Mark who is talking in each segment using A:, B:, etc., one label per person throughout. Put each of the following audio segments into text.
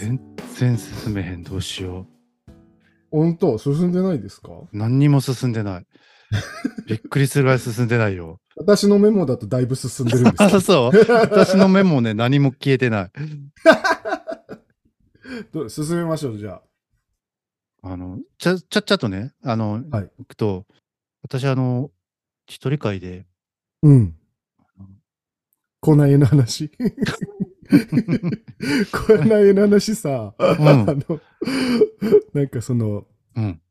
A: 然進めへん、どうしよ
B: 本当進んでないですか
A: う。何にも進んで ない。びっくりするぐらい進んでないよ。
B: 私のメモだとだいぶ進んでるんです
A: あ、
B: け
A: そう。 私のメモね、何も消えてない。
B: どどう進めましょう、じゃあ。
A: あの、ちゃ、ちゃっちゃとね、あの、
B: はい
A: 行くと、私、あの、一人会 で、
B: うん。こないえの 話。こないえの話さ、あの、なんかその、
A: うん。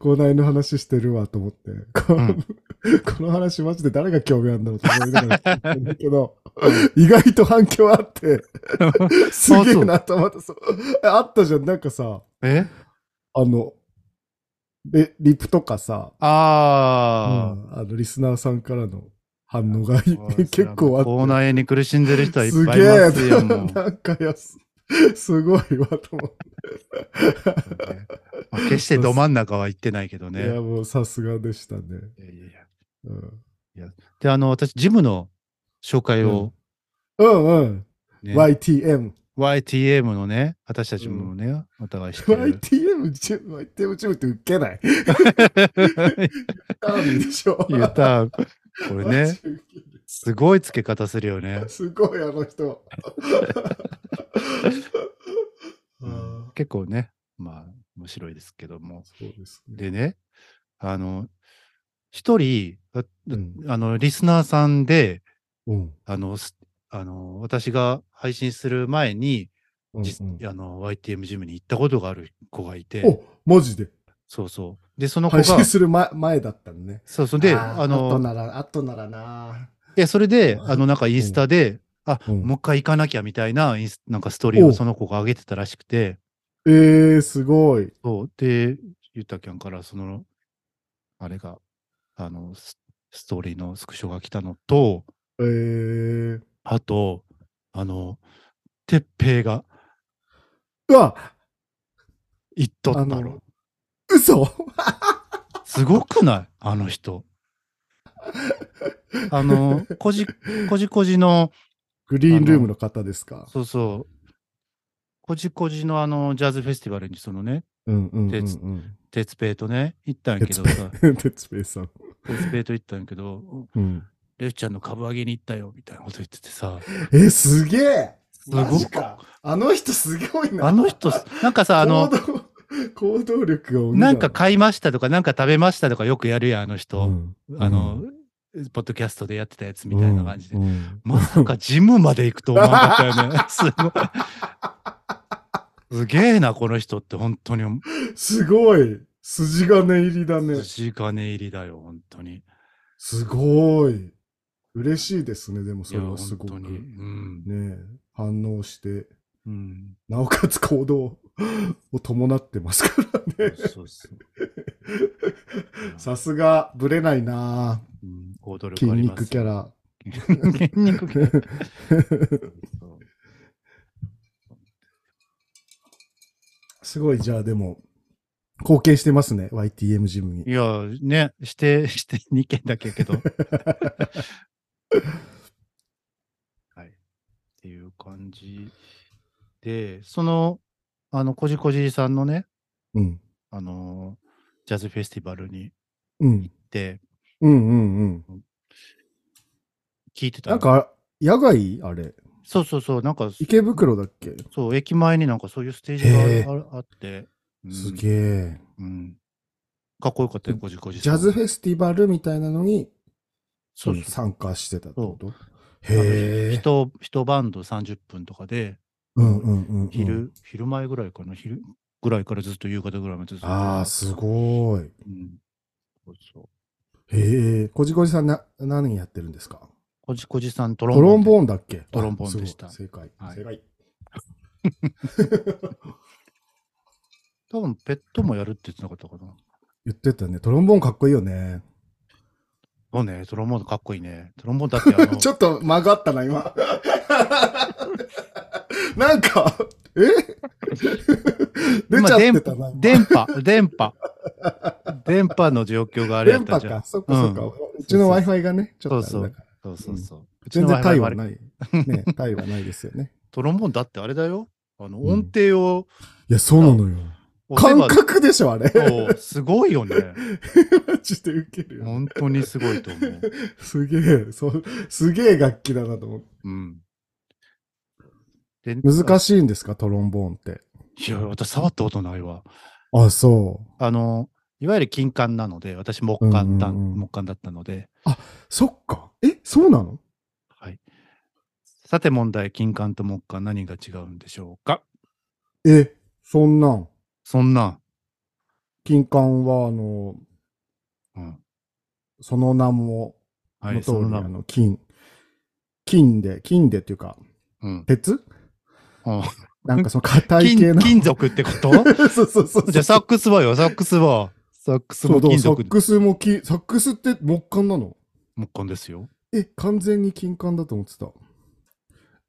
B: こないえの話してるわと思って、こ
A: うん
B: この話マジで誰が興味あるんだろうと思いながら聞いてんだけど、意外と反響あって、すげえなと思って、そうあったじゃん、なんかさ、
A: え
B: あの、でリプとかさ、
A: あ
B: うんあの、リスナーさんからの反応がい
A: あ。
B: 結構あって。
A: 口内炎に苦しんでる人はいっ
B: す
A: ぱ
B: げ
A: いいます
B: え
A: よ、もう。
B: なんかやす、すごいわ、と思って。
A: まあ決してど真ん中は行ってないけどね。
B: いや、もうさすがでしたね。
A: いやいやいや
B: うん。
A: で、あの、私、ジムの紹介を、
B: うんうん。
A: ね
B: YTM。
A: YTM のね、私たちもね、お互い知ってる。
B: YTM チーム、YTM チームってウケない。ターミーでしょ。
A: 言った。これ
B: マ
A: ね
B: ジ、ウケる
A: すごい付け方するよね。
B: すごい、あの人。
A: う
B: うんん
A: 結構ね、まあ、面白いですけども。
B: そうですね。
A: でね、あの、一人、あ
B: うん
A: あの、リスナーさんで、
B: うん
A: あの、すあの私が配信する前に、
B: うん
A: 実
B: うん
A: あの YTM ジムに行ったことがある子がいて、
B: お、マジで。
A: そうそう。で、その子
B: 配
A: が
B: 信、する前前だったのね。
A: そうそう。で、
B: ー
A: あ
B: 後
A: の、
B: なら、後ならな。
A: で、それで、あの、なんかインスタで、あ、
B: うん
A: もう一回行かなきゃみたいな、インスなんかストーリーを
B: お
A: その子が上げてたらしくて、
B: えー、すごい。
A: そう。で、ゆったきゃんから、その、あれが、あの、スストーリーのスクショが来たのと、
B: えー。
A: あと、あの、てっぺいが
B: うわ
A: 行っとった
B: あ
A: ろ
B: の。嘘
A: すごくないあの人。あの、こじ、こじこじの、
B: グリーンルームの方ですか
A: そうそう、こじこじのあの、ジャズフェスティバルにそのね、
B: うんうんうん、
A: 鉄
B: う
A: 鉄平とね、行ったんやけどさ、
B: ん。鉄平さん。
A: 鉄平と行ったんやけど、
B: うん、
A: レフちゃんの株上げに行ったよ、みたいなこと言ってて さ、
B: えー、すげえ
A: すごい
B: マジかあの人すごいな。
A: あの人、なんかさ、あの、
B: 行動、行動力が鬼だ
A: なんか買いましたとか、なんか食べましたとかよくやるやん、あの
B: う
A: 人。
B: ん
A: あの、ポッドキャストでやってたやつみたいな感じで
B: う。ん
A: まさかジムまで行くと思わなかったよ ね。すごい。すげえな、この人って、本当に。
B: うんすごい。筋金入りだね。
A: 筋金入りだよ、本当に。
B: すごい。嬉しいですね、でも
A: い
B: そ
A: や、
B: れはす
A: 本当
B: ご
A: に。
B: く。
A: う
B: ね
A: ん。
B: え反応して。
A: うん。
B: なおかつ行動を伴ってますからね。
A: そうそう。
B: さすが、ぶれないなぁ
A: うん、行動力
B: 筋
A: あります
B: 肉キャラ。
A: ラ。 筋肉 キャラ。そう
B: すごい、じゃあでも、貢献してますね、YTM ジム
A: い
B: に。
A: や、ね、して、 して2件だけやけ ど。はい。っていう感じで、その、あの、こじこじさんのね、
B: うん。
A: あのージャズフェスティバルに
B: うん。
A: 行って、
B: うんうんうん。
A: 聞いてたの
B: なんか、野外あれ、
A: そうそうそう、なんか、
B: 池袋だっけ
A: そう、駅前になんかそういうステージがあ
B: へえ
A: るああって、うん
B: すげえ。
A: うん。かっこよかったよ、こじこじ
B: ジ
A: さん。
B: ャズ
A: ェ
B: フェスティバルみたいなのに、
A: そ
B: そうう
A: そう
B: 参加してたってこと
A: へ
B: へえ。
A: 一一バンド30分とかで、
B: うんうんうんうん。
A: 昼、昼前ぐらいかな、昼ぐらいからずっと夕方ぐらいまでずっと。
B: ああ、すごい。
A: うん。そうそう。
B: へえ。こじこじさん、な、何やってるんですか
A: こじこじさん、トロン
B: トロ
A: ー
B: ン
A: ン
B: ボーンだっけ
A: トロンボーンでした
B: あすごい正解。
A: はい
B: 正解。
A: 多分、ペットもやるって言ってなかったかな。
B: 言ってたね。トロンボーンかっこいいよね。
A: そうね、トロンボーンかっこいいね。トロンボーンだってあの、
B: ちょっと間があったな、今。 なんか、え出ちゃってたな。
A: 今電波、電波。電波の状況があれやっ
B: 電
A: た
B: 波
A: じゃん
B: か。。そっかそっか。
A: う
B: うちの Wi-Fi がね、ちょっとあれだから。
A: そうそうそう。うち
B: 全
A: の
B: 然対
A: Wi-Fi も
B: は
A: あれ
B: ない。ね、対はないですよね。
A: トロンボーンだってあれだよ。あの
B: うん
A: 音程を
B: いや、そうなのよ。
A: 押せば、
B: 感覚でしょ、あれ。
A: そうすごいよね。
B: マジでウケるよ。
A: 本当にすごいと思う。
B: すげえ、そう、すげえ楽器だなと思って。
A: うん。で
B: 難しいんですか、トロンボーンって。
A: いや、私触ったことないわ。
B: あ、そう。
A: あの、いわゆる金管なので、私木管だ、
B: うんうんうん
A: 木管だったので、
B: そっか。え、そうなの
A: はい。さて問題、金管と木管何が違うんでしょうか
B: え、そんなん。
A: そんなん。
B: 金管は、あの、
A: うん。
B: その名も、
A: は
B: の
A: い、
B: 通
A: そ
B: り、
A: んな
B: あ
A: ん。
B: の、金。金で、金でっていうか、
A: うん。
B: 鉄
A: うん
B: なんかその硬い系
A: 金
B: の。
A: 金属ってこと
B: そうそうそうそう。
A: じゃあサックスはよ、サックスは。サックス
B: そう
A: も
B: だから
A: 金
B: サ
A: 属
B: ックスも金、サックスって木管なの
A: 木管ですよ。
B: え、完全に金管だと思ってた。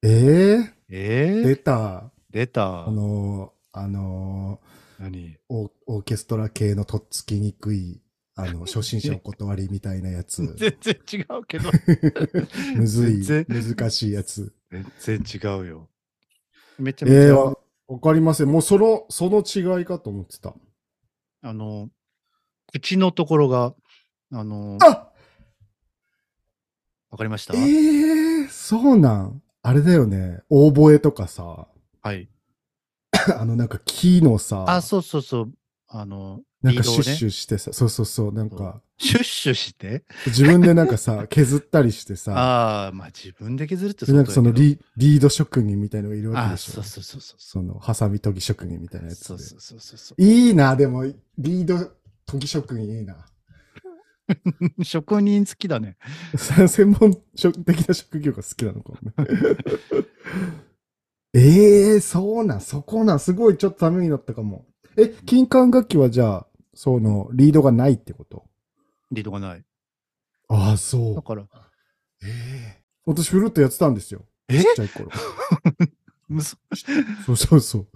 B: え
A: え
B: ー、
A: ー、
B: 出た。
A: 出た
B: あ。のー、あの
A: 何
B: ー、オーオーケストラ系のとっつきにくい、あ の、初心者お断りみたいなやつ。
A: 全然違うけど。
B: むずい
A: 全、
B: 難しいやつ。
A: 全然違うよ。めちゃめちゃ、
B: えー、わわかりません。もうその、その違いかと思ってた。
A: あの、口のところが、あの、
B: あ
A: わかりました
B: えー、そうなん。あれだよね。オーボエとかさ、
A: はい。
B: あのなんか木のさ、
A: あ、そうそうそう。あの、
B: なんか
A: リー
B: シ
A: ドを
B: ュッシ
A: ね、
B: ュしてさ、そうそうそう、なん
A: そ
B: か、
A: シュッシュして。
B: 自分でなんかさ、削ったりしてさ、
A: ああ、まあ自分で削るって
B: でなんかその
A: だけど
B: リリード職人みたいのがいるわけ
A: あ
B: でし
A: そ
B: ょ。
A: うそうそうそう。
B: その、ハサミ研ぎ職人みたいなやつで。
A: そうそうそうそうそ
B: いいな、でも、リード研ぎ職人いいな。
A: う。 職人好きだね。
B: 専門職的な職業が好きなのかもね。 ええー、そうなん、そこなん、すごいちょっとためになったかも。え、金管楽器はじゃあ、その、リードがないってこと
A: リードがない。
B: ああ、そ
A: だ。から、
B: ええ私、フルートやってたんですよ。
A: え
B: ちっちゃい頃。
A: むそ
B: そうそうそう。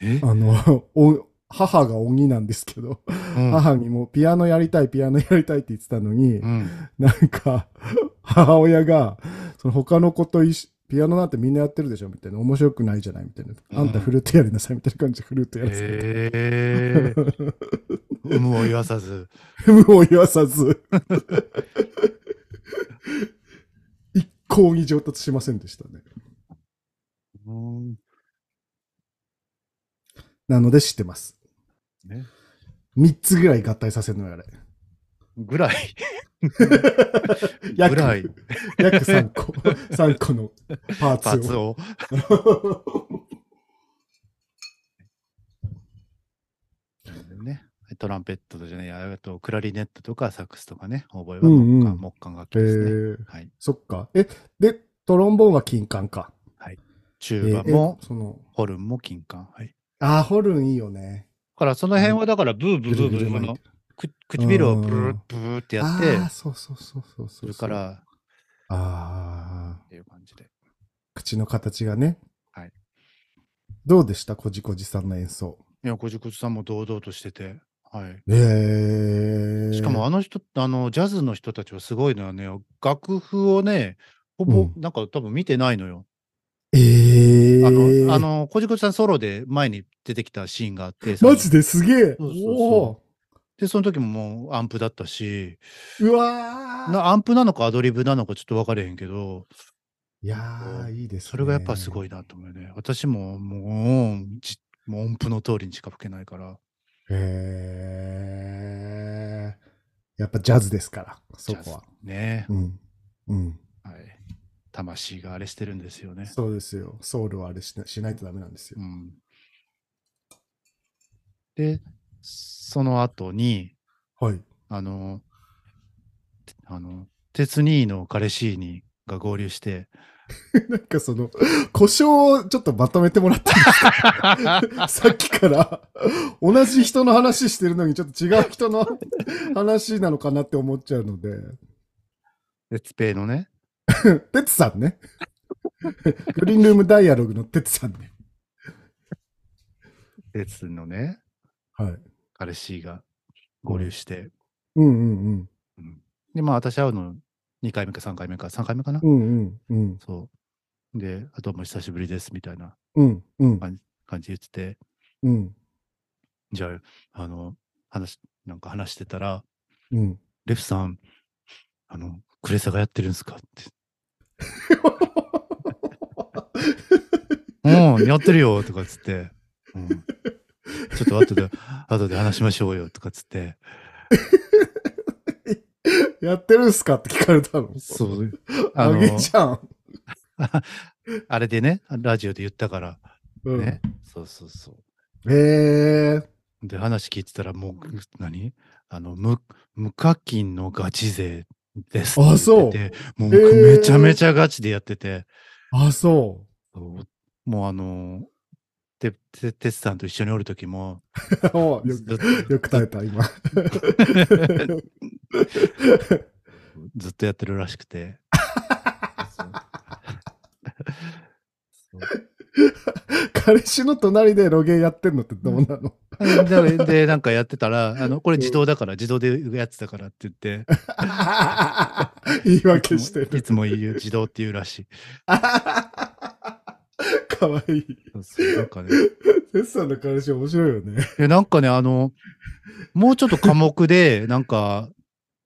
A: え、
B: あの、お母が鬼なんですけど、
A: うん、
B: 母にもピアノやりたい、ピアノやりたいって言ってたのに、
A: うん。
B: なんか、 母親が、その他の子と一緒ピアノなんてみんなやってるでしょみたいな。面白くないじゃないみたいな。
A: ん
B: あんたフルートやりなさいみたいな感じでフルートやらせて。
A: へえ有無を言わさず。
B: 無を言わさず。 一向に上達しませんでしたね。
A: うん
B: なので知ってます。
A: ね、
B: 三つぐらい合体させるのよ、あれ。
A: ぐらい。
B: 約
A: ぐらい。
B: 約3個。3個のパーツを。
A: パーツを。 ね、トランペットじゃない、あとクラリネットとかサックスとかね、覚えは木管、
B: うんうん
A: 木管楽器
B: え
A: ですね。
B: ー、
A: はい、
B: そっか。え、で、トロンボーンは金管か。
A: チ
B: え
A: ューバ
B: ー
A: も、
B: えその、
A: ホルンも金管。はい、だ
B: あー、ホルンいいよね。
A: からその辺はだからブーブーブーブ
B: ぐるぐる
A: ーあ
B: 巻い
A: の
B: て
A: く唇を
B: うん
A: ブルーブーってや
B: あ
A: って、
B: ーそうそうそうそう
A: す
B: そう
A: るからっ
B: ああ
A: ていう感じで。
B: 口の形がね
A: はい
B: どうでしたこじこじさんの演奏
A: いや、こじこじさんも堂々としてて。はい、
B: ええ
A: しかもあの人、あのジャズの人たちはすごいのはね、楽譜をね、ほぼ
B: う
A: なんか多分見てないのよ。
B: ええ
A: あの、あの、こじこじさんソロで前に出てきたシーンがあって、
B: マジですげえ
A: そうそうそう
B: お
A: で、その時ももうアンプだったし、
B: ーうわー
A: なアンプなのかアドリブなのかちょっと分かれへんけど、
B: いやーいいですね
A: それがやっぱすごいなと思うよね。私ももう、じもう音符の通りにしか吹けないから、
B: へえやっぱジャズですからそこは
A: ね、
B: うんうん
A: はい。魂があれしてるんですよね。
B: そうですよソウルはあれしなしないとダメなんですよ
A: うん。で、その後に、
B: はい
A: あの、あの、鉄兄の彼氏にが合流 して、
B: なんかその、故障をちょっとまとめてもら っていいですかさっきから、同じ人の話してるのにちょっと違う人の 話なのかなって思っちゃうので。
A: 鉄平のね、
B: てつさん ね。グリーンルームダイアログのてつさんね。
A: 鉄のね、
B: はい。
A: 彼氏が合流して、
B: うんうん
A: うんで、まあ私会うの2回目か3回目か、3回目かな、
B: うん。うんうんうん。
A: そう。で、あともう久しぶりですみたいな
B: うんうん。
A: 感じ感じで言ってて、
B: うん。
A: じゃあ、あの、話、なんか話してたら、
B: うん。
A: レフさん、あの、クレサがやってるんですかって。うん、やってるよ、とかっつって。うん、ちょっと後で、 後で話しましょうよ、とかっつって。
B: やってるんすかって聞かれたの。
A: そう。あ
B: あ
A: の、
B: げちゃん。
A: あれでね、ラジオで言ったから、
B: うん、
A: ね。そうそうそう。
B: えー、
A: で、話聞いてたら、もう、ぐ何あの、無、無課金のガチ勢ですって
B: あそ
A: 言
B: う
A: ってて。もう、
B: へ
A: め
B: ー
A: ちゃめちゃガチでやってて。
B: あ、そ
A: そうもう、あの、て、て、てつさんと一緒におる時も、
B: う。 およ
A: ず
B: く
A: っと
B: よく耐えた、今。
A: ずっとやってるらしくて。 そうそう
B: 彼氏の隣でロゲーやってんのってどうなの、
A: だからで、なんかやってたら、あの、これ自動だから、自動でやってたからって言 って、
B: 言い
A: いつ
B: 訳
A: も
B: して
A: い
B: る。
A: つも言う、自動って言うらしい。
B: かわいい。
A: そうそうなんかね、
B: テスさんの彼氏面白いよね。
A: えなんかね、あの、もうちょっと寡黙で、 なんか、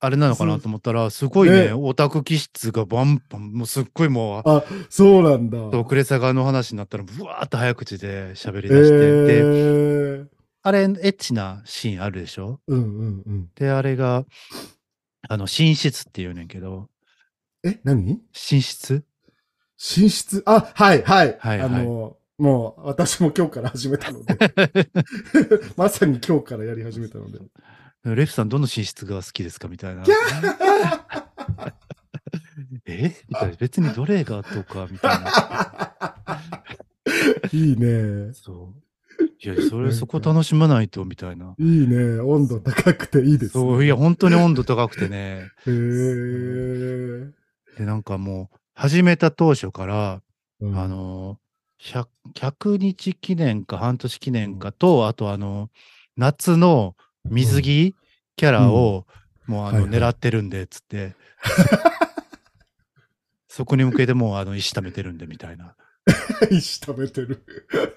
A: あれなのかなと思ったら、すごいね、
B: ね
A: オタク気質がバンバン、もうすっごいもう、
B: あ、そうなんだ。
A: そうクレサガの話になったら、ぶわーっと早口で喋り
B: え
A: 出して、で、
B: ー、
A: あれ、エッチなシーンあるでしょ
B: うんうんうん。
A: で、あれが、あの、寝室っていうねんけど、
B: え、何
A: 寝室
B: 寝室あ、はいはい。
A: はい
B: あの、もう私も今日から始めたの で。まさに今日からやり始めたので。
A: レフさん、どの寝室が好きですかみたいな。 えみたいな。別にどれがとか、みたいな。
B: いいね。
A: そう。いや、そ
B: なん
A: れ、
B: か
A: そこ楽しまないと、みたいな。
B: いいね。温度高くていいです、ね。
A: そう、いや、本当に温度高くてね。
B: へー
A: で、なんかもう、始めた当初から、
B: うん
A: あのー、100, 100日記念か半年記念かと、あとあの、夏の水着キャラを、もうあ
B: はい
A: の、
B: はい
A: 狙ってるんで、つ って。そこに向けてもう、あの、石溜めてるんで、みたいな。
B: 石食べてる。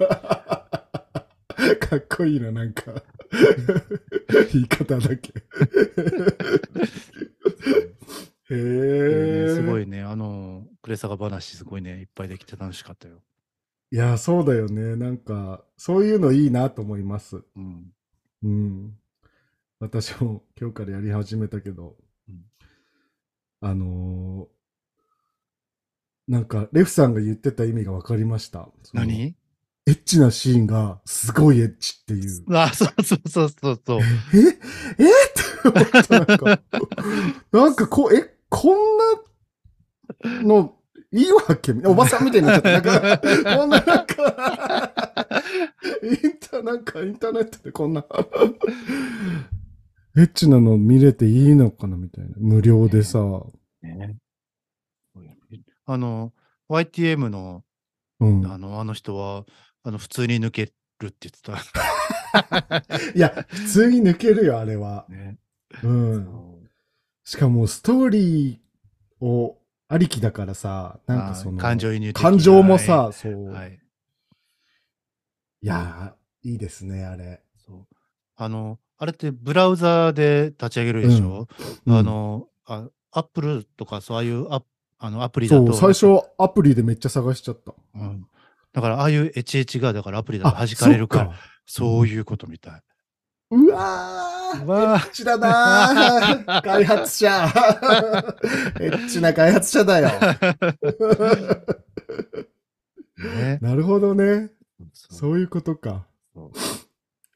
B: かっこいいな、なんか。言い方だ け。へえ、
A: すごいね、あの、クレサガ話、すごいね、いっぱいできて楽しかったよ。
B: いや、そうだよね。なんか、そういうのいいなと思います。
A: うん。
B: うん。私も今日からやり始めたけど
A: うん、
B: あのーなんか、レフさんが言ってた意味が分かりました。その
A: 何
B: エッチなシーンがすごいエッチっていう。
A: あ、そうそうそうそうそう。
B: え えって思った。なんか、なんかこう、え、こんなの、いいわけおばさんみたいになっちゃった。なんか、こんななんか、インター、なんかインターネットでこんな、 エッチなの見れていいのかなみたいな。無料でさ。
A: ね、あの、YTM の
B: うん。
A: あのあの人は、あの普通に抜けるって言ってた。
B: いや、普通に抜けるよ、あれは。
A: ね、
B: うん。しかも、ストーリーを、ありきだからさ、なんかその、
A: あ感情移入的な
B: 感情もさ、、そう、、
A: はいはいい
B: やー、いいですね、あれ。
A: そう。あの、あれってブラウザーで立ち上げるでしょ、あのあ、アップルとかそういうアあのアプ
B: うん、
A: リだ
B: そ
A: と。
B: う、最初、アプリでめっちゃ探しちゃった。
A: うんだから、ああいうエチエチが、だからアプリだと弾かれるから、
B: そ
A: そ
B: っ
A: ういうことみたい。
B: うわー、
A: わ
B: エッチだな ー開発者エッチな開発者だよ。
A: ね、
B: なるほどね。
A: そう
B: そういうことか。
A: そ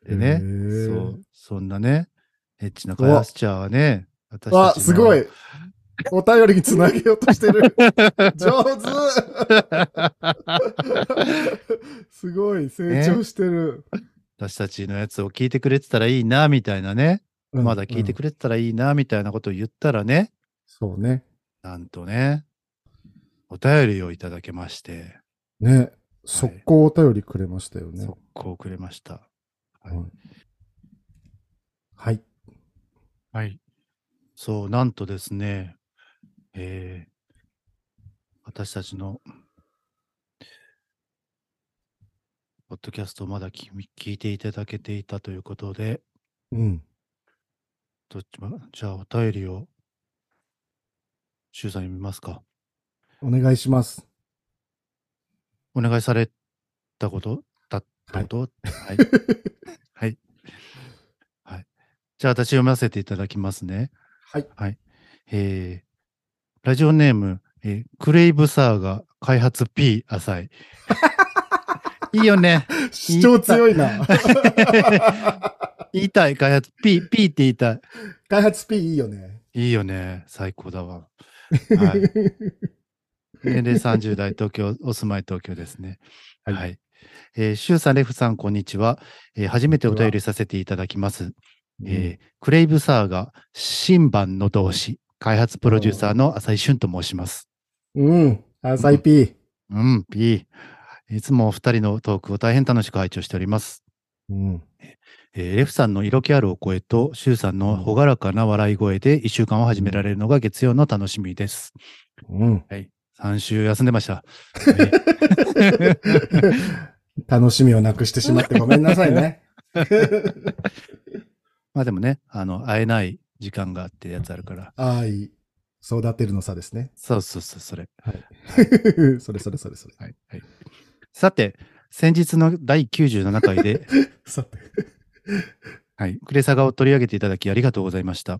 A: うで
B: へ
A: ね、
B: ー
A: そう、そんなね、エッチな開発者はね、私
B: わ、
A: たち
B: す
A: の
B: ごい。お便りにつなげようとして る。上手 すごい、成長してる。
A: 私たちのやつを聞いてくれてたらいいな、みたいなね。
B: うん
A: まだ聞いてくれてたらいいな、みたいなことを言ったらね、
B: そうね。
A: なんとね、お便りをいただけまして、
B: ね。速攻お便りくれましたよね。
A: 速攻くれました。はい
B: うんはい。
A: はい。そう、なんとですね、えー私たちの、ポッドキャストをまだ聞聞いていただけていたということで、
B: うん。
A: どっちも、じゃあお便りを、シュウさん読みますか。
B: お願いします。
A: お願いされたことだった ことはい。はい。はい。じゃあ私読ませていただきますね。
B: はい。
A: えーラジオネーム、えークレイブサーが開発 P 浅い。 いいよね。
B: 主張強いな。
A: 言いたい、開発 P、P って言いたい。
B: 開発 P いいよね。
A: いいよね。最高だわ。 はい。年齢30代、東京、お住まい東京ですね。
B: は
A: はいい。えーシュウさん、レフさん、こんにちは、えー初めてお便りさせていただきます。えークレイブサーが新版の同志、開発プロデューサーの浅井俊と申します。
B: うん。浅い P。
A: うん、P。いつもお二人のトークを大変楽しく拝聴しております。
B: うん。
A: えーレフさんの色気あるお声と、シュウさんの朗らかな笑い声で一週間を始められるのが月曜の楽しみです。
B: うん。
A: 3週休んでました。はい
B: 楽しみをなくしてしまってごめんなさい ね。
A: まあでもね、あの、会えない時間があってやつあるから。
B: 愛、育てるの差ですね。
A: そうそうそう、それ。
B: それそれそれそれ。
A: はい。はい、さて、先日の第97回で、
B: さて。
A: はい、クレサガを取り上げていただきありがとうございました。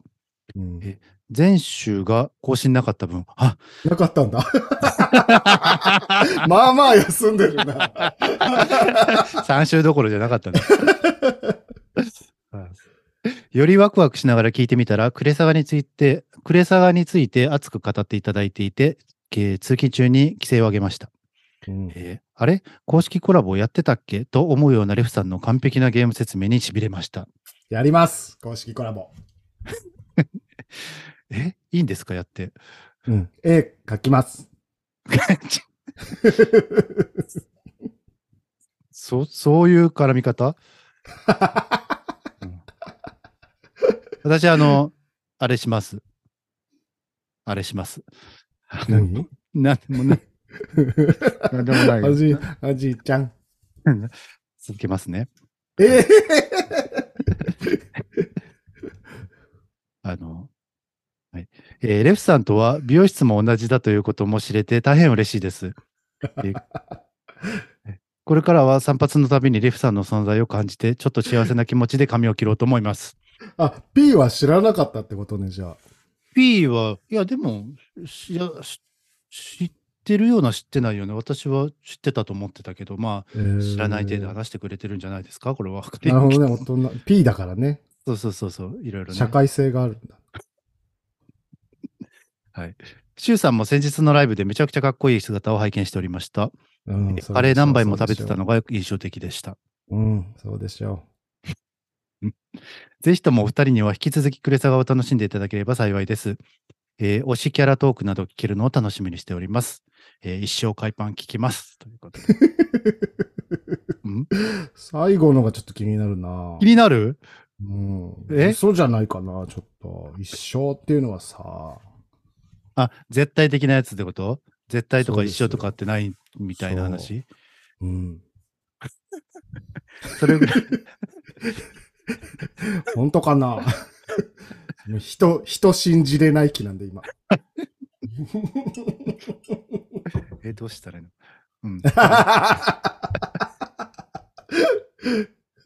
B: うん
A: え前週が更新なかった分、あ
B: なかったんだ。 まあまあ休んでるな。
A: 3週どころじゃなかったね。よりワクワクしながら聞いてみたら、クレサガについて、クレサガについて熱く語っていただいていて、えー通勤中に規制を上げました。えーあれ公式コラボやってたっけと思うようなレフさんの完璧なゲーム説明にしびれました。
B: やります。公式コラボ。
A: えいいんですかやって。
B: 絵描きます。
A: そ、そういう絡み方うん私、あの、あれします。あれします。
B: 何
A: なんでもない。なんでもない
B: あ
A: よ。
B: じ、あじいちゃん。
A: 続けますね。
B: え
A: あの、はい。えーレフさんとは美容室も同じだということも知れて大変嬉しいです。えーこれからは散髪のたびにレフさんの存在を感じて、ちょっと幸せな気持ちで髪を切ろうと思います。
B: あ、P は知らなかったってことね、じゃあ。
A: P は、いや、でも、しやし知ってるような知ってないよね。私は知ってたと思ってたけど、ま
B: え
A: あ、
B: ー
A: 知らない程度話してくれてるんじゃないですか、これは。
B: なるほどね、大人。P だからね。
A: そうそうそうそう、いろいろね。
B: 社会性があるんだ。
A: シュウさんも先日のライブでめちゃくちゃかっこいい姿を拝見しておりました。
B: うんそう
A: カレー何杯も食べてた
B: の。
A: のが印象的でした。
B: うん、そうでしょ
A: ぜひともお二人には引き続きクレサガを楽しんでいただければ幸いです。えー推しキャラトークなど聞けるのを楽しみにしております。えー一生海パン聞きます。ということで。ん
B: う。最後のがちょっと 気になるな
A: 気になる
B: うん。
A: え
B: そうじゃないかな、ちょっと。一生っていうのはさ。
A: あ、絶対的なやつってこと絶対と
B: そ
A: か
B: うで
A: 一
B: すよ
A: 生とかってないみたいな話
B: うん。
A: それぐらい。
B: 本当かな もう人、人信じれない気なんで、今。
A: え、どうしたらいいの うん。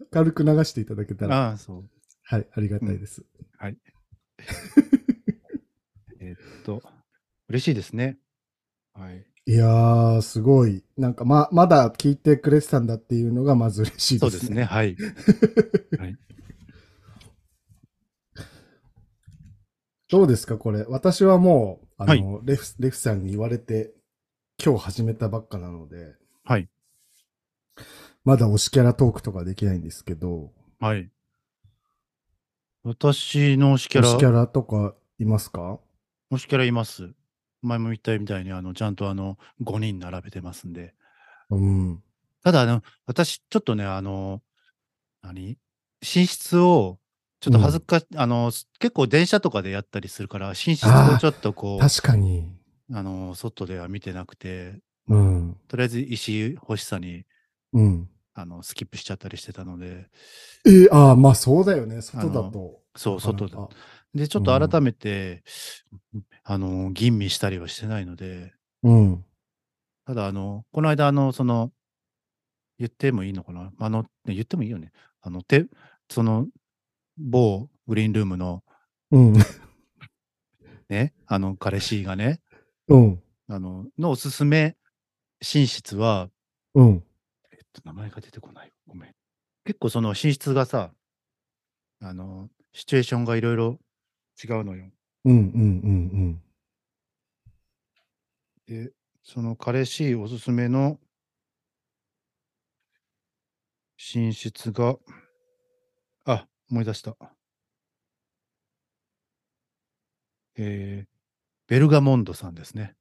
B: 軽く流していただけたら、
A: ああ、そう。
B: はい、ありがたいです。
A: えーっと、嬉しいですね。はい。
B: いやー、すごい。なんか、ま、まだ聞いてくれてたんだっていうのが、まず嬉しい
A: そ
B: で
A: う
B: す
A: で
B: ね。
A: すね。はい。
B: どうですか、これ。私はもう、あの、
A: は
B: レフ、レフさんに言われて、今日始めたばっかなので、
A: はい。
B: まだ推しキャラトークとかできないんですけど、
A: はい。私の推しキャ
B: 推
A: ラ、
B: しキャラとかいますか
A: 推しキャラいます。前も言ったみたいに、あの、ちゃんとあの、5人並べてますんで。
B: うん。
A: ただ、あの、私、ちょっとね、あの、何寝室を、ちょっと恥ずかし、あの、す結構電車とかでやったりするから、寝室
B: あ
A: を
B: ー
A: ちょっとこう、あ
B: 確かに。
A: の、外では見てなくて、
B: うん。
A: とりあえず石欲しさに
B: うん。
A: あの、スキップしちゃったりしてたので、
B: えー、ああ、まあそうだよね。外だと。
A: そう、外
B: な
A: だ
B: か。なか。
A: で、ちょっと改めて、あの、吟味したりはしてないので、
B: うん。
A: ただ、あの、この間、あの、その、言ってもいいのかなあの、ね言ってもいいよね。あの、て、その、某グリーンルームの
B: うん。
A: ね、あの、彼氏がね、
B: うん。
A: あの、のおすすめ寝室は、
B: うん。
A: えっと、名前が出てこない。ごめん。結構その寝室がさ、あの、シチュエーションがいろいろ違うのよ。
B: うん。うん。うん。
A: で、その彼氏おすすめの寝室が、あ、思い出した。えー、ベルガモンドさんですね。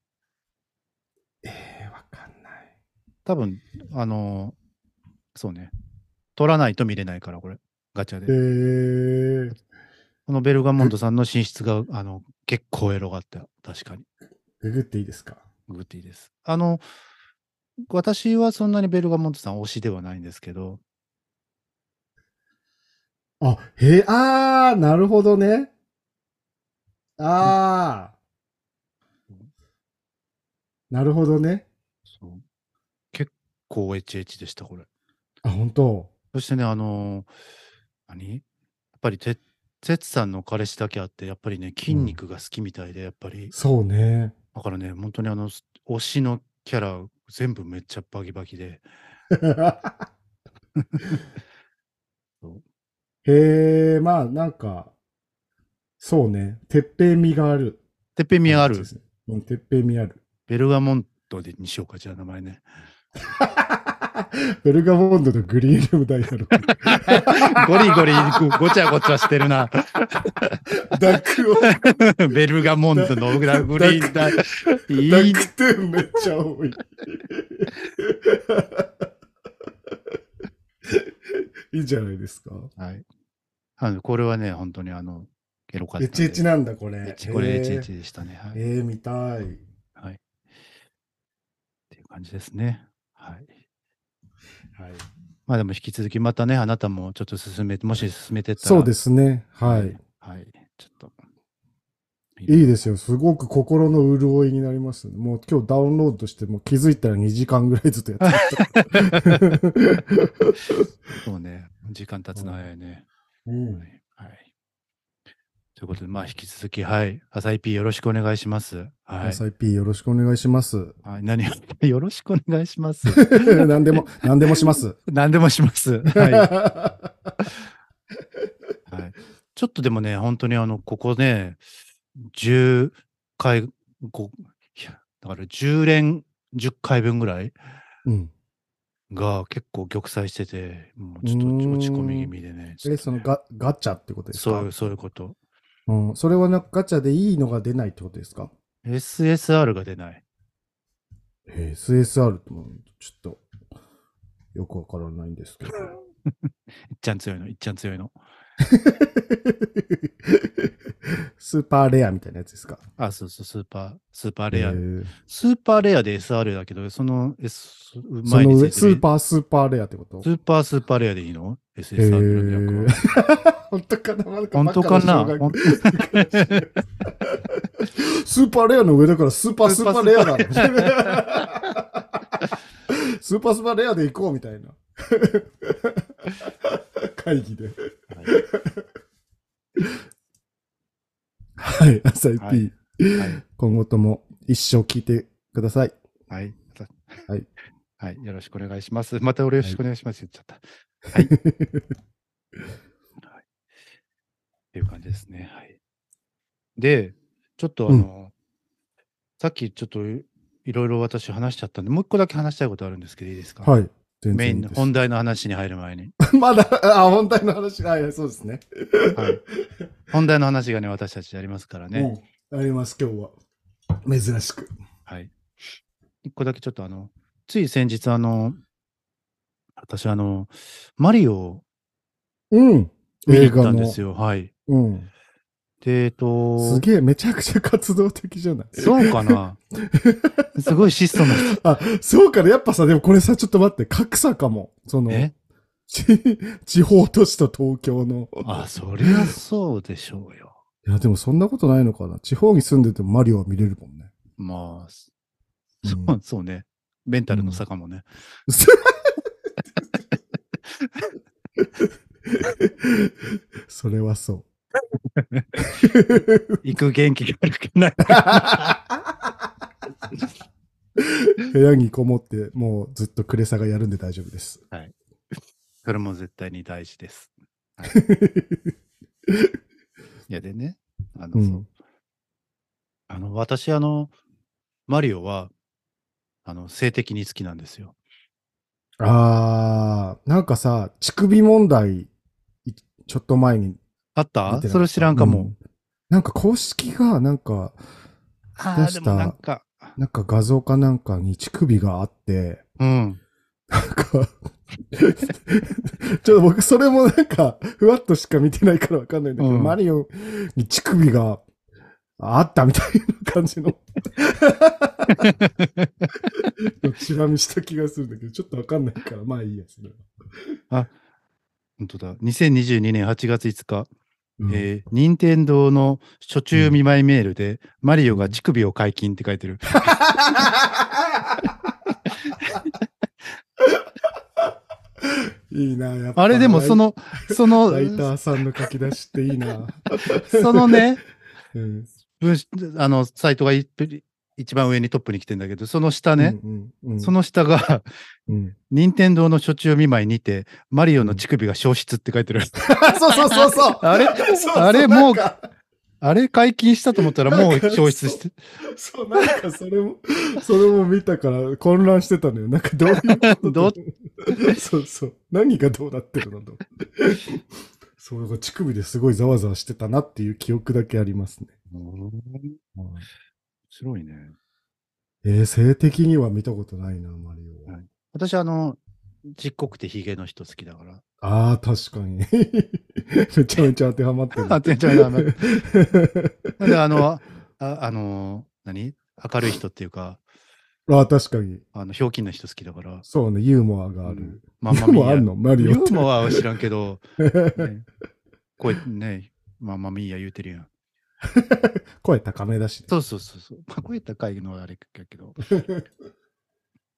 B: えー、わかんない。
A: 多分、あのーそうね。取らないと見れないから、これ。ガチャ
B: え
A: で。
B: ー、
A: このベルガモンドさんの寝室が、あの、結構エロがあった。確かに。
B: ググっていいですか
A: グッティです。あの、私はそんなにベルガモンドさん推しではないんですけど、
B: あ、へえ、あー、なるほどね。あー。なるほどね。
A: そう結構エチエチでした、これ。
B: あ、本当
A: そしてね、あのー何やっぱりて、てつさんの彼氏だけあって、やっぱりね、筋肉が好きみたいで、やっぱり、
B: そうね。
A: だからね、本当にあの、推しのキャラ、全部めっちゃバキバキで、そう
B: へえ、まあ、なんか、そうね。てっぺいみがある。
A: てっぺんみがある
B: で、すねうん、てっぺいみある。
A: ベルガモンドでにしようか、じゃあ名前ね。
B: ベルガモンドのグリーンルームダイアログ。
A: ゴリゴリごごちゃごちゃしてるな。
B: ダクを、
A: ベルガモンドのラグリーダ
B: ダ
A: いい
B: クテンめっち ゃ多い。いいじゃないですか。
A: はい。あのこれはね、本当にあの、エロかった
B: エ
A: んで。
B: チエチなんだ、これ。
A: エチこれ
B: へー
A: エチエチでしたね。はい。っ
B: えー、見たい。
A: ていう感じですね。はい。
B: はい、
A: まあでも引き続きまたね、あなたもちょっと進めて、もし進めてったら。。
B: そうですすね。はい。
A: はい。ちょっと。
B: いい
A: す。
B: ですよ。すごく心の潤いになりますね。もう今日ダウンロードして、もう気づいたら2時間ぐらいずっとやって ました。
A: そうね。時間経つの早いね。
B: うん
A: はい。ということで、まあ引き続き、はい。朝イ P よろしくお願いします。はい。
B: SIP よろしくお願い します。
A: はい、何をよろしくお願いし ます。
B: 何でも、何でもします。
A: 何でもし ます。はい。はい、ちょっとでもね、本当にあの、ここね、10回、こういやだから10連10回分ぐらい
B: うん、
A: が結構玉砕してて、もうちょっと落ち込み気味でね。ちょ
B: え、
A: っと
B: そのガガチャってことですか
A: そう、そういうこと。
B: うん、それはなんかガチャでいいのが出ないってことですか
A: SSR が出ない。
B: えー ?SSR ってもちょっとよくわからないん ですけど。
A: いっちゃん強いの、いっちゃん強いの。
B: スーパーレアみたいなやつですか
A: あ、そうそう、スーパー、スーパーレア。
B: えー
A: スーパーレアで SR だけど、その S、
B: そ
A: 前
B: の
A: につ
B: 上、
A: いて
B: ス
A: る
B: ーパースーパーレアってこと
A: スーパースーパーレアでいいの
B: え
A: ?SSR の略は
B: ー、本当かななん
A: 本当かな
B: バカ小学スーパーレアの上だからスーパースーパーレアだ。 スーパースーパーレアで行こうみ たいな。会議で。はい、朝 IP、
A: はいはい
B: 今後とも一生聞いてください。
A: はい。
B: はい。
A: はい。よろしくお願いします。また俺よろしくお願いします。言っちゃった。はい。っていう感じですね。はい。で、ちょっとあの、さっきちょっといろいろ私話しちゃったんで、もう一個だけ話したいことあるんですけど、いいですか
B: はい。全
A: メイ
B: 然い
A: ン
B: い
A: の
B: です
A: 本題の話に入る前に。
B: まだ、あ、本題の話、はい、そうですね。
A: はい。本題の話がね、私たちありますからね。
B: うん。あります、今日は。珍しく。
A: はい。一個だけちょっとあの、つい先日あの、私あの、マリオを
B: うん。
A: 見に行ったんですよ。はい。
B: うん。
A: で、えっと、
B: すげえ、めちゃくちゃ活動的じゃない
A: そうか なすごい質素な人。
B: あ、そうかね。やっぱさ、でもこれさ、ちょっと待って、格差かも。その、
A: ね。
B: ち 地方都市と東京の。
A: あ、そりゃそうでしょうよ。
B: いや、でもそんなことないのかな。地方に住んでてもマリオは見れるもんね。
A: まあ、そ
B: うん
A: うそう ね。メンタルの差かもね。
B: それはそう。
A: 行く元気があるかない。
B: 部屋にこもって、もうずっとクレサがやるんで大丈夫です。
A: それも絶対に大事です。いや、でね、あの、
B: う。
A: そうんあの私、あの、マリオは、あの、性的に好きなんですよ。
B: あー、なんかさ、乳首問題、いちょっと前に。
A: あっ
B: 出てなか
A: た
B: った
A: それ知らんかも。
B: うなんか公式が、なんか、
A: ああ、
B: 出
A: で
B: した
A: もなんか、
B: なんか画像かなんかに乳首があって、
A: うん。
B: なんか、ちょっと僕それもなんか、ふわっとしか見てないからわかんないんだけど、
A: うん
B: マリオに乳首があったみたいな感じのチラ見した気がするんだけど、ちょっとわかんないから、まあいいやつ、それは
A: 本当だ。2022年8月5日、
B: うん
A: えー、任天堂の初中見舞いメールで、マリオが乳首を解禁って書いて る。
B: いいな、やっぱ
A: あれでも、そ、の、その
B: ライ、ターさんの書き出しっていいな。
A: そのね、
B: うん
A: 文あの、サイトがい一番上にトップに来てんだけど、その下ね、
B: うんうんうん
A: その下が、
B: うん
A: 任天堂の初中見舞いにて、マリオの乳首が消失って書いてる。
B: そうそうそうそう。
A: あれ
B: そうそう
A: あれ
B: なん
A: もう
B: か
A: あれ解禁したと思ったらもう消失して。
B: そう、なんかそれも、それも見たから混乱してたのよ。なんかどういうこと
A: ど
B: そうそう。何がどうなってるのと。そう、だから乳首ですごいざわざわしてたなっていう記憶だけありますね。
A: 面白いね。
B: えー、性的には見たことないな、マリオは。
A: はい私、あの、ちっこくてヒゲの人好きだから。
B: ああ、確かに。 めちゃめちゃ当てはまってる。
A: 当てちゃうな。なんかなんで、あ の、ああの、何明るい人っていうか、
B: ああ、確かに。
A: あの、ひょうきんな人好きだから。
B: そうね、ユーモアがあ
A: うん
B: る。
A: まんま
B: ユー
A: み
B: モアあ
A: や
B: る。のマリ
A: ユ
B: オって。
A: ーモアは知らんけ ど、
B: ア。
A: ね、こうね、まあまあみーや言うてるやん。
B: 声高めだしね。
A: そうそうそうそう。まあ声高いのはあれやけ ど。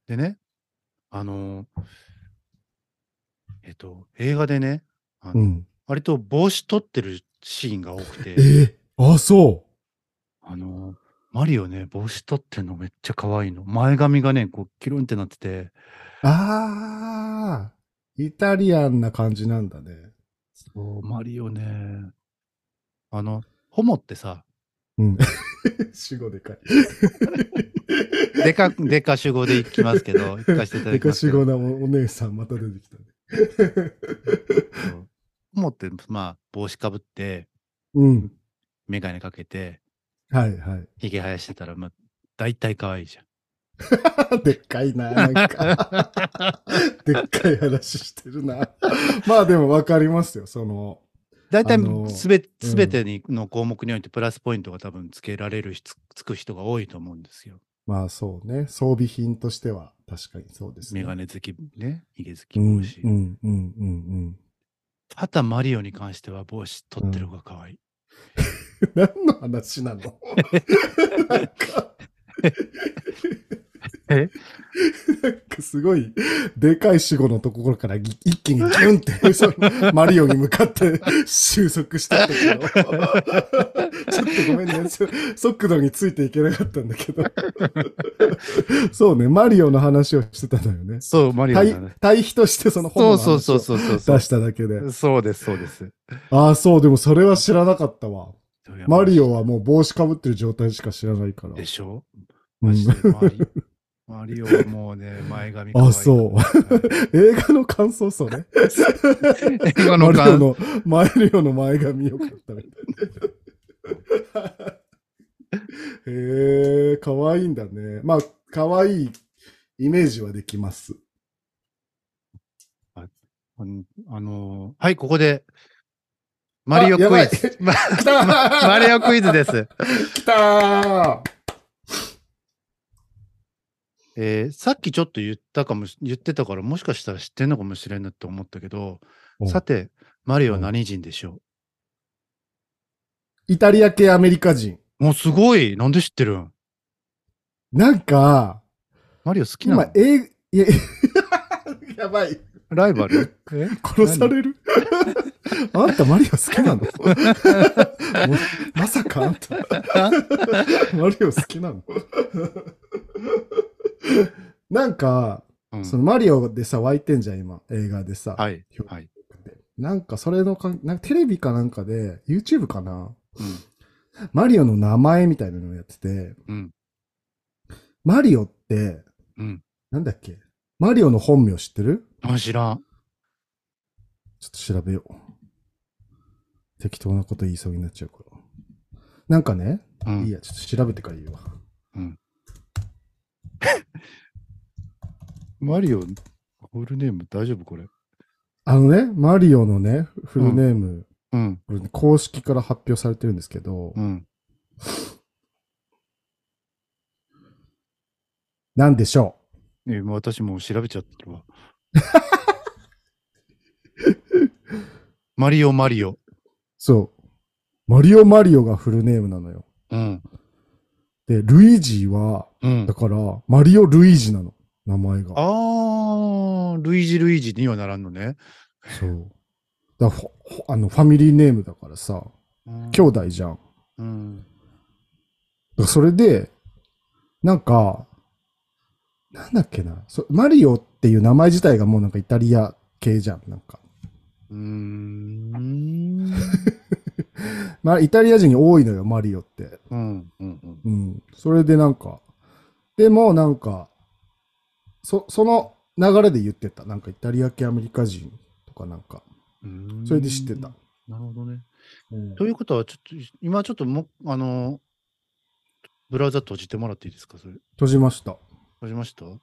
A: でね、あのーえっと、映画でね、あの
B: うん。
A: 割と帽子取ってるシーンが多く
B: え
A: て、
B: ー、ああ、そう。
A: あのーマリオね、帽子取ってるのめっちゃ可愛いの。前髪がね、こう、キュルンってなってて、
B: ああ、イタリアンな感じなんだね。
A: そう、マリオね、あの、ホモってさ、
B: うん。死語でかい。
A: でか、でか主語でいきますけ ど、いかしていただ
B: で
A: きま
B: か
A: す
B: 死
A: けど
B: 語なおお姉さんまた出てきたね。
A: そうホモって、まあ、帽子かぶって、
B: うん。
A: メガネかけて、
B: はいはい。
A: ひげ生やしてたら、まあ、大体可愛いじゃん。
B: でっかい な、な んか。でっかい話してるな。まあでもわかりますよ、その。
A: 大体
B: あのー
A: すべ、
B: うん
A: すべてにの項目においてプラスポイントが多分つけられるし、つつく人が多いと思うんですよ。
B: まあそうね。装備品としては確かにそうですね。
A: メガネ好き、ね、ひげ好き
B: うん、う
A: 帽
B: ん
A: 子。、
B: うん、うん、うん。
A: ただマリオに関しては帽子取ってる方が可愛い。
B: 何の話なのなんか。
A: え
B: なんかすごい、でかい死後のところからぎ一気にギュンって、そのマリオに向かって収束したんだけど。ちょ っとごめんね。そ速度についていけなかったんだけど。そうね、マリオの話をしてたのよね。
A: そう、マリオ
B: 対
A: だね。
B: 対比としてその
A: そ
B: 本
A: う
B: の
A: そう
B: 話
A: そう
B: を
A: そうそうそ
B: 出
A: う。
B: しただけで。
A: そうです、そうです。
B: ああ、そう、でもそれは知らなかったわ。マリオは
A: も
B: もう帽子かぶってる状態しか知らないから。
A: う。でしょ
B: うん
A: マジでマリ オ。マリオはも うね、前髪可愛い
B: あそう 映画の感想そうね。
A: はい映画
B: マ
A: の
B: リオ
A: 感
B: の、マリオの前髪よかったみたいな。へえ、可愛いんだね。まあ、可愛いイメージはできます。
A: あの、はい、ここで、マリオ
B: や
A: ク
B: ば
A: イ
B: い
A: ズ。 ま
B: 来たー
A: マリオクイズです。
B: 来たー
A: えーさっきちょっと言ったかもし、言ってたから、もしかしたら知ってんのかもしれんなって思ったけど、
C: うん
A: さて、マリオは何人でしょ
B: イタリア系アメリカ人。
A: うもうすごいなんで知ってるん
B: なんか、
A: マリオ好きな
B: 今
A: の、
B: え、いや、 やばい。
A: ライバルえ
B: 殺される あんたマリオ好きなのもうまさかあん たマリオ好きなのなんか、
A: うん
B: そのマリオでさ、湧いてんじゃん、今、映画でさ。
A: はい。はい。
B: なんか、それのかん、なんかテレビかなんかで、YouTube かな
A: うん。
B: マリオの名前みたいなのをやってて、
A: うん。
B: マリオって、
A: うん
B: なんだっけマリオの本名知ってる
A: あ、知らん。
B: ちょっと調べよう。適当なこと言いそうになっちゃうから。なんかね、
A: う
B: いい
A: ん。
B: や、ちょっと調べてから言うわ。
A: マリオ、フルネーム大丈夫これ。
B: あのね、マリオのね、フルネーム、
A: うん。
B: これね公式から発表されてるんですけど、
A: うん。
B: なんでしょ
A: え、もう私もう調べちゃって るわ。マリオ、マリオ。
B: うそう。マリオマリオがフルネームなのよ。
A: うん。
B: で、ルイージは、
A: うん
B: だ。から、マリオ・ルイージなの。名前が。
A: あー、ルイージ、ルイージにはならんのね。
B: そう。だほほあのファミリーネームだからさ、兄
A: 日、
B: 弟じゃん。だか
A: うん。
B: らそれで、なんか、なんだっけなそ、マリオっていう名前自体がもうなんかイタリア系じゃん。なんか、
A: うーん。
B: ま、イタリア人に多いのよ、マリオって。
A: うん。うん。うん
B: うん。それでなんか、でもなんか、そ、その流れで言ってた。なんかイタリア系アメリカ人とかなんか、
A: うーん
B: それで知ってた。。
A: なるほどね。
B: うん
A: ということは、ちょっと、今ちょっとも、あの、ブラウザ閉じてもらっていいですか、それ。
B: 閉じました。
A: 閉じました、
B: は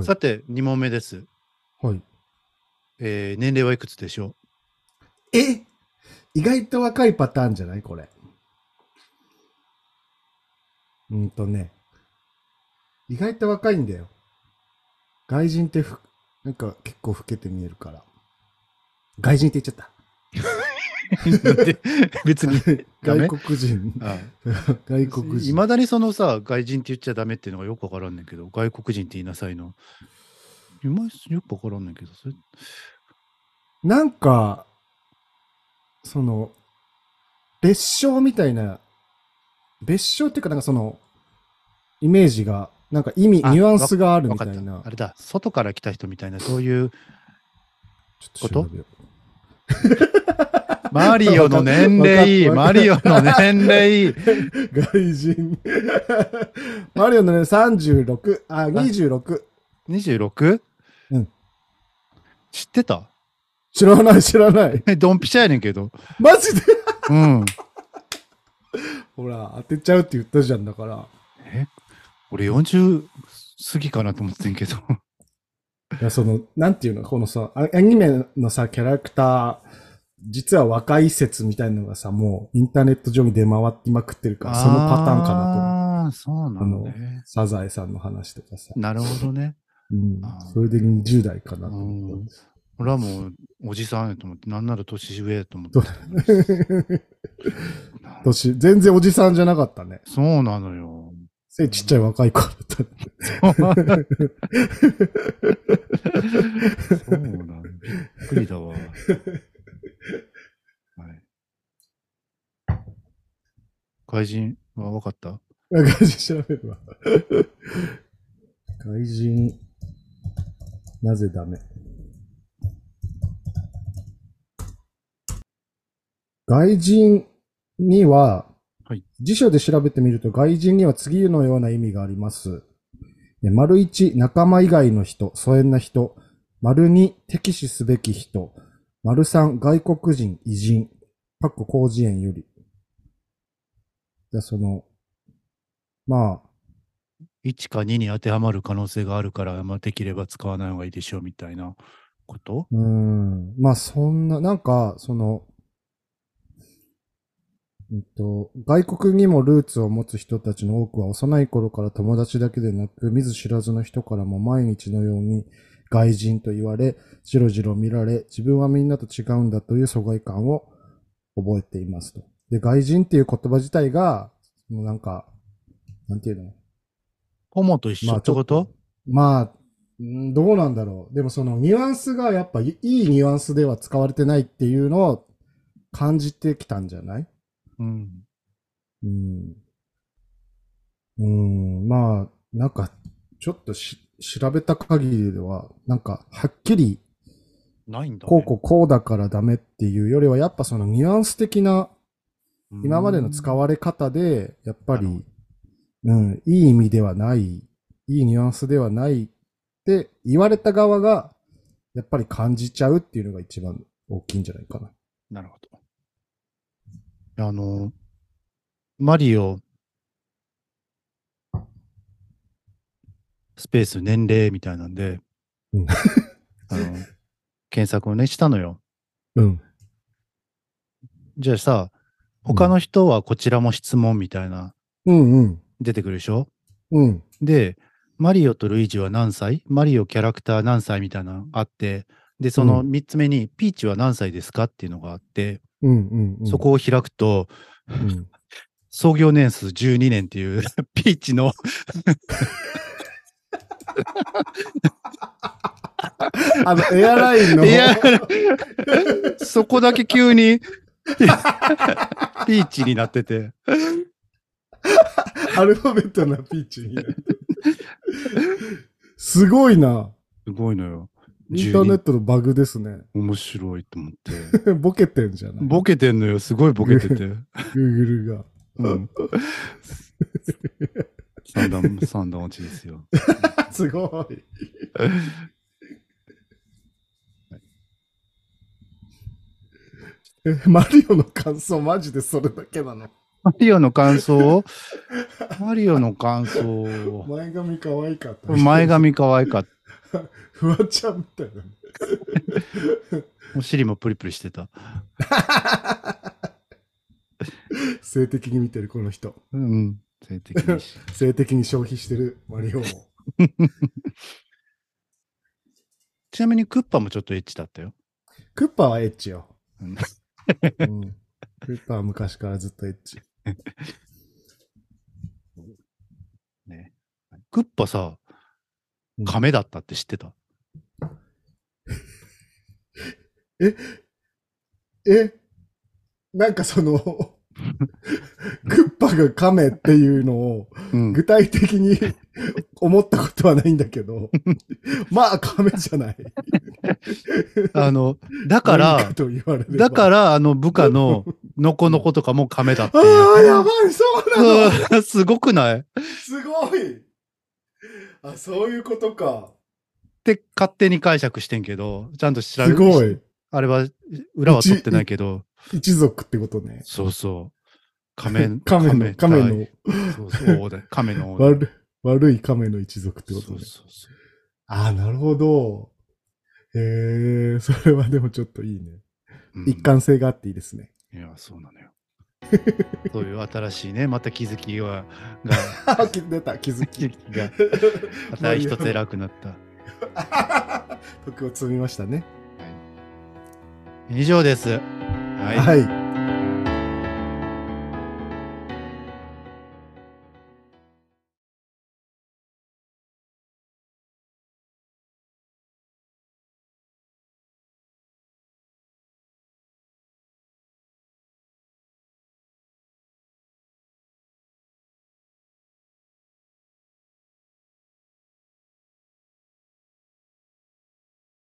B: い
A: さ。て、2問目です。
B: はい、
A: えー年齢はいくつでしょ
B: え意外と若いパターンじゃないこれ。うんとね。意外と若いんだよ。外人ってふ、なんか結構老けて見えるから。外人って言っちゃっ
A: うで別に。
B: た。
A: ダメ
B: 外国人。
A: あ
B: 外国人。
A: いまだにそのさ、外人って言っちゃダメっていうのがよくわからんねんけど、外国人って言いなさいの。うまいよくわからんねんけど、それ。
B: なんか、その、別称みたいな、別称っていうかなんかその、イメージが、なんか意味、ニ
A: あ
B: ュアンスがある
A: わ
B: み
A: か
B: た
A: った
B: いな。。
A: あれだ、外から来た人みたいな、そういう、
B: ちょっ調べよう
A: マリオの年齢、
B: わか
A: マ
B: った
A: リオの年齢、
B: 外人。マリオのね、36、あ、26。
A: 26?
B: うん。
A: 知ってた
B: 知らない、知らない。
A: えドンピシャやねんけど。
B: マジで
A: うん。
B: ほら、当てちゃうって言ったじゃんだから。
A: 俺40過ぎかなと思ってん けど。
B: いや、その、なんていうの、このさ、アアニメのさ、キャラクター、実は若い説みたいのがさ、もうインターネット上に出回ってまくってるから、そのパターンかなと思う。
A: ああ、そうなのね。
B: サザエさんの話とかさ。
A: なるほどね。
B: うん
A: あー。
B: それで20代かなと思った。
A: 俺はもうおじさんやと思って、なんなら年上やと思って。
B: 年、全然おじさんじゃなかったね。
A: そうなの よ。
B: 背ちっちゃい若い子だった。
A: そうなの。びっくりだわ。はい、怪人は分かった
B: 外人調べるわ。外人、なぜダメ外人には、
A: はい
B: 辞書で調べてみると、外人には次のような意味があります。ね丸1、仲間以外の人、疎遠な人。丸2、敵視すべき人。丸3、外国人、偉人。かっこ広辞苑より。じゃあその、まあ、
A: 1か2に当てはまる可能性があるから、まあ、できれば使わない方がいいでしょうみたいなこと
B: うーん。まあ、そんな、なんか、その、えっと、外国にもルーツを持つ人たちの多くは幼い頃から友達だけでなく、見ず知らずの人からも毎日のように外人と言われ、じろじろ見られ、自分はみんなと違うんだという疎外感を覚えていますと。で、外人っていう言葉自体が、もうなんか、なんていうの
A: ホモと一緒ってこと、
B: まあ、うんどうなんだろう。でもそのニュアンスがやっぱいいいニュアンスでは使われてないっていうのを感じてきたんじゃない
A: うん。
B: うん。うん、まあ、なんか、ちょっとし、調べた限りでは、なんか、はっきり、
A: ないんだ、ね。
B: こうこうこうだからダメっていうよりは、やっぱそのニュアンス的な、
A: うん
B: 今までの使われ方で、やっぱ
A: なる
B: り、うん、いい意味ではない、いいニュアンスではないって言われた側が、やっぱり感じちゃうっていうのが一番大きいんじゃないかな。
A: なるほど。あの、マリオ、スペース年齢みたいなんで、
B: うん
A: あの検索をね、したのよ。
B: うん。
A: じゃあさ、他の人はこちらも質問みたいな、
B: うんうん。
A: 出てくるでしょ
B: うん。
A: で、マリオとルイージは何歳マリオキャラクター何歳みたいなのあって、で、その
B: う
A: 3つ目に、ピーチは何歳ですかっていうのがあって、
B: うんうん、うん。
A: そ、こを開くと、
B: うん。
A: 創業年数12年っていう ピーチの
B: あの、エアライン の。
A: エアそこだけ急にピーチになってて
B: アルファベットなピーチに。すごいな。
A: すごいのよ
B: インターネッ
A: 12
B: トのバグですね。
A: 面白いと思って
B: ボケてんじゃない
A: ボケてんのよすごいボケてて、
B: ?Google が。
A: うん、 三段三段落ちですよ
B: すごい。 えマリオの感想マジでそれだけなの
A: マリオの感想をマリオの感想を
B: 前髪可愛かった
A: 前髪可愛かっ
B: フワちゃんみたいな
A: たお尻もプリプリしてた
B: 性的に見てるこの人
A: うん性的に し
B: 性的に消費してるマリオを
A: ちなみにクッパもちょっとエッチだったよ
B: クッパはエ ッチよ。
A: う
B: うんん、クッパは昔からずっとエッチ。
A: クッパさ
B: うん、
A: 亀だったって知ってた。
B: えなん かその、クッパが亀っていうのを
A: うん
B: 具体的 に思ったことはないんだけど、まあ亀じゃない。
A: あの、だか
B: 何
A: ら、
B: と言われれば
A: だから、あの、部下の、のこのことかも亀だって
B: あ
A: いう。
B: あ、やばい、そうな
A: う
B: の
A: んすごくないっ
B: すごいあ、そういうことか。
A: て勝手に解釈してんけど、ちゃんと調べ
B: すご。い。
A: あれは、裏は取ってないけど、
B: 一族ってことね。
A: そうそう。亀、
B: 亀の、亀の、
A: そうそうだよ。亀の王だよ。
B: 悪い悪い亀の一族ってこと
A: そう
B: ね。
A: そうそう
B: ああ、なるほど。へえ、それはでもちょっといいね。
A: うん
B: 一貫性があっていいで すね。
A: いや、そうなのよ。そういう新しいね、また気づきは、が、
B: あ気出た、気づ
A: 気づ
B: き。
A: きが、また一つ偉くなった。
B: 得を積みましたね。
A: 以上です。はい。
B: はい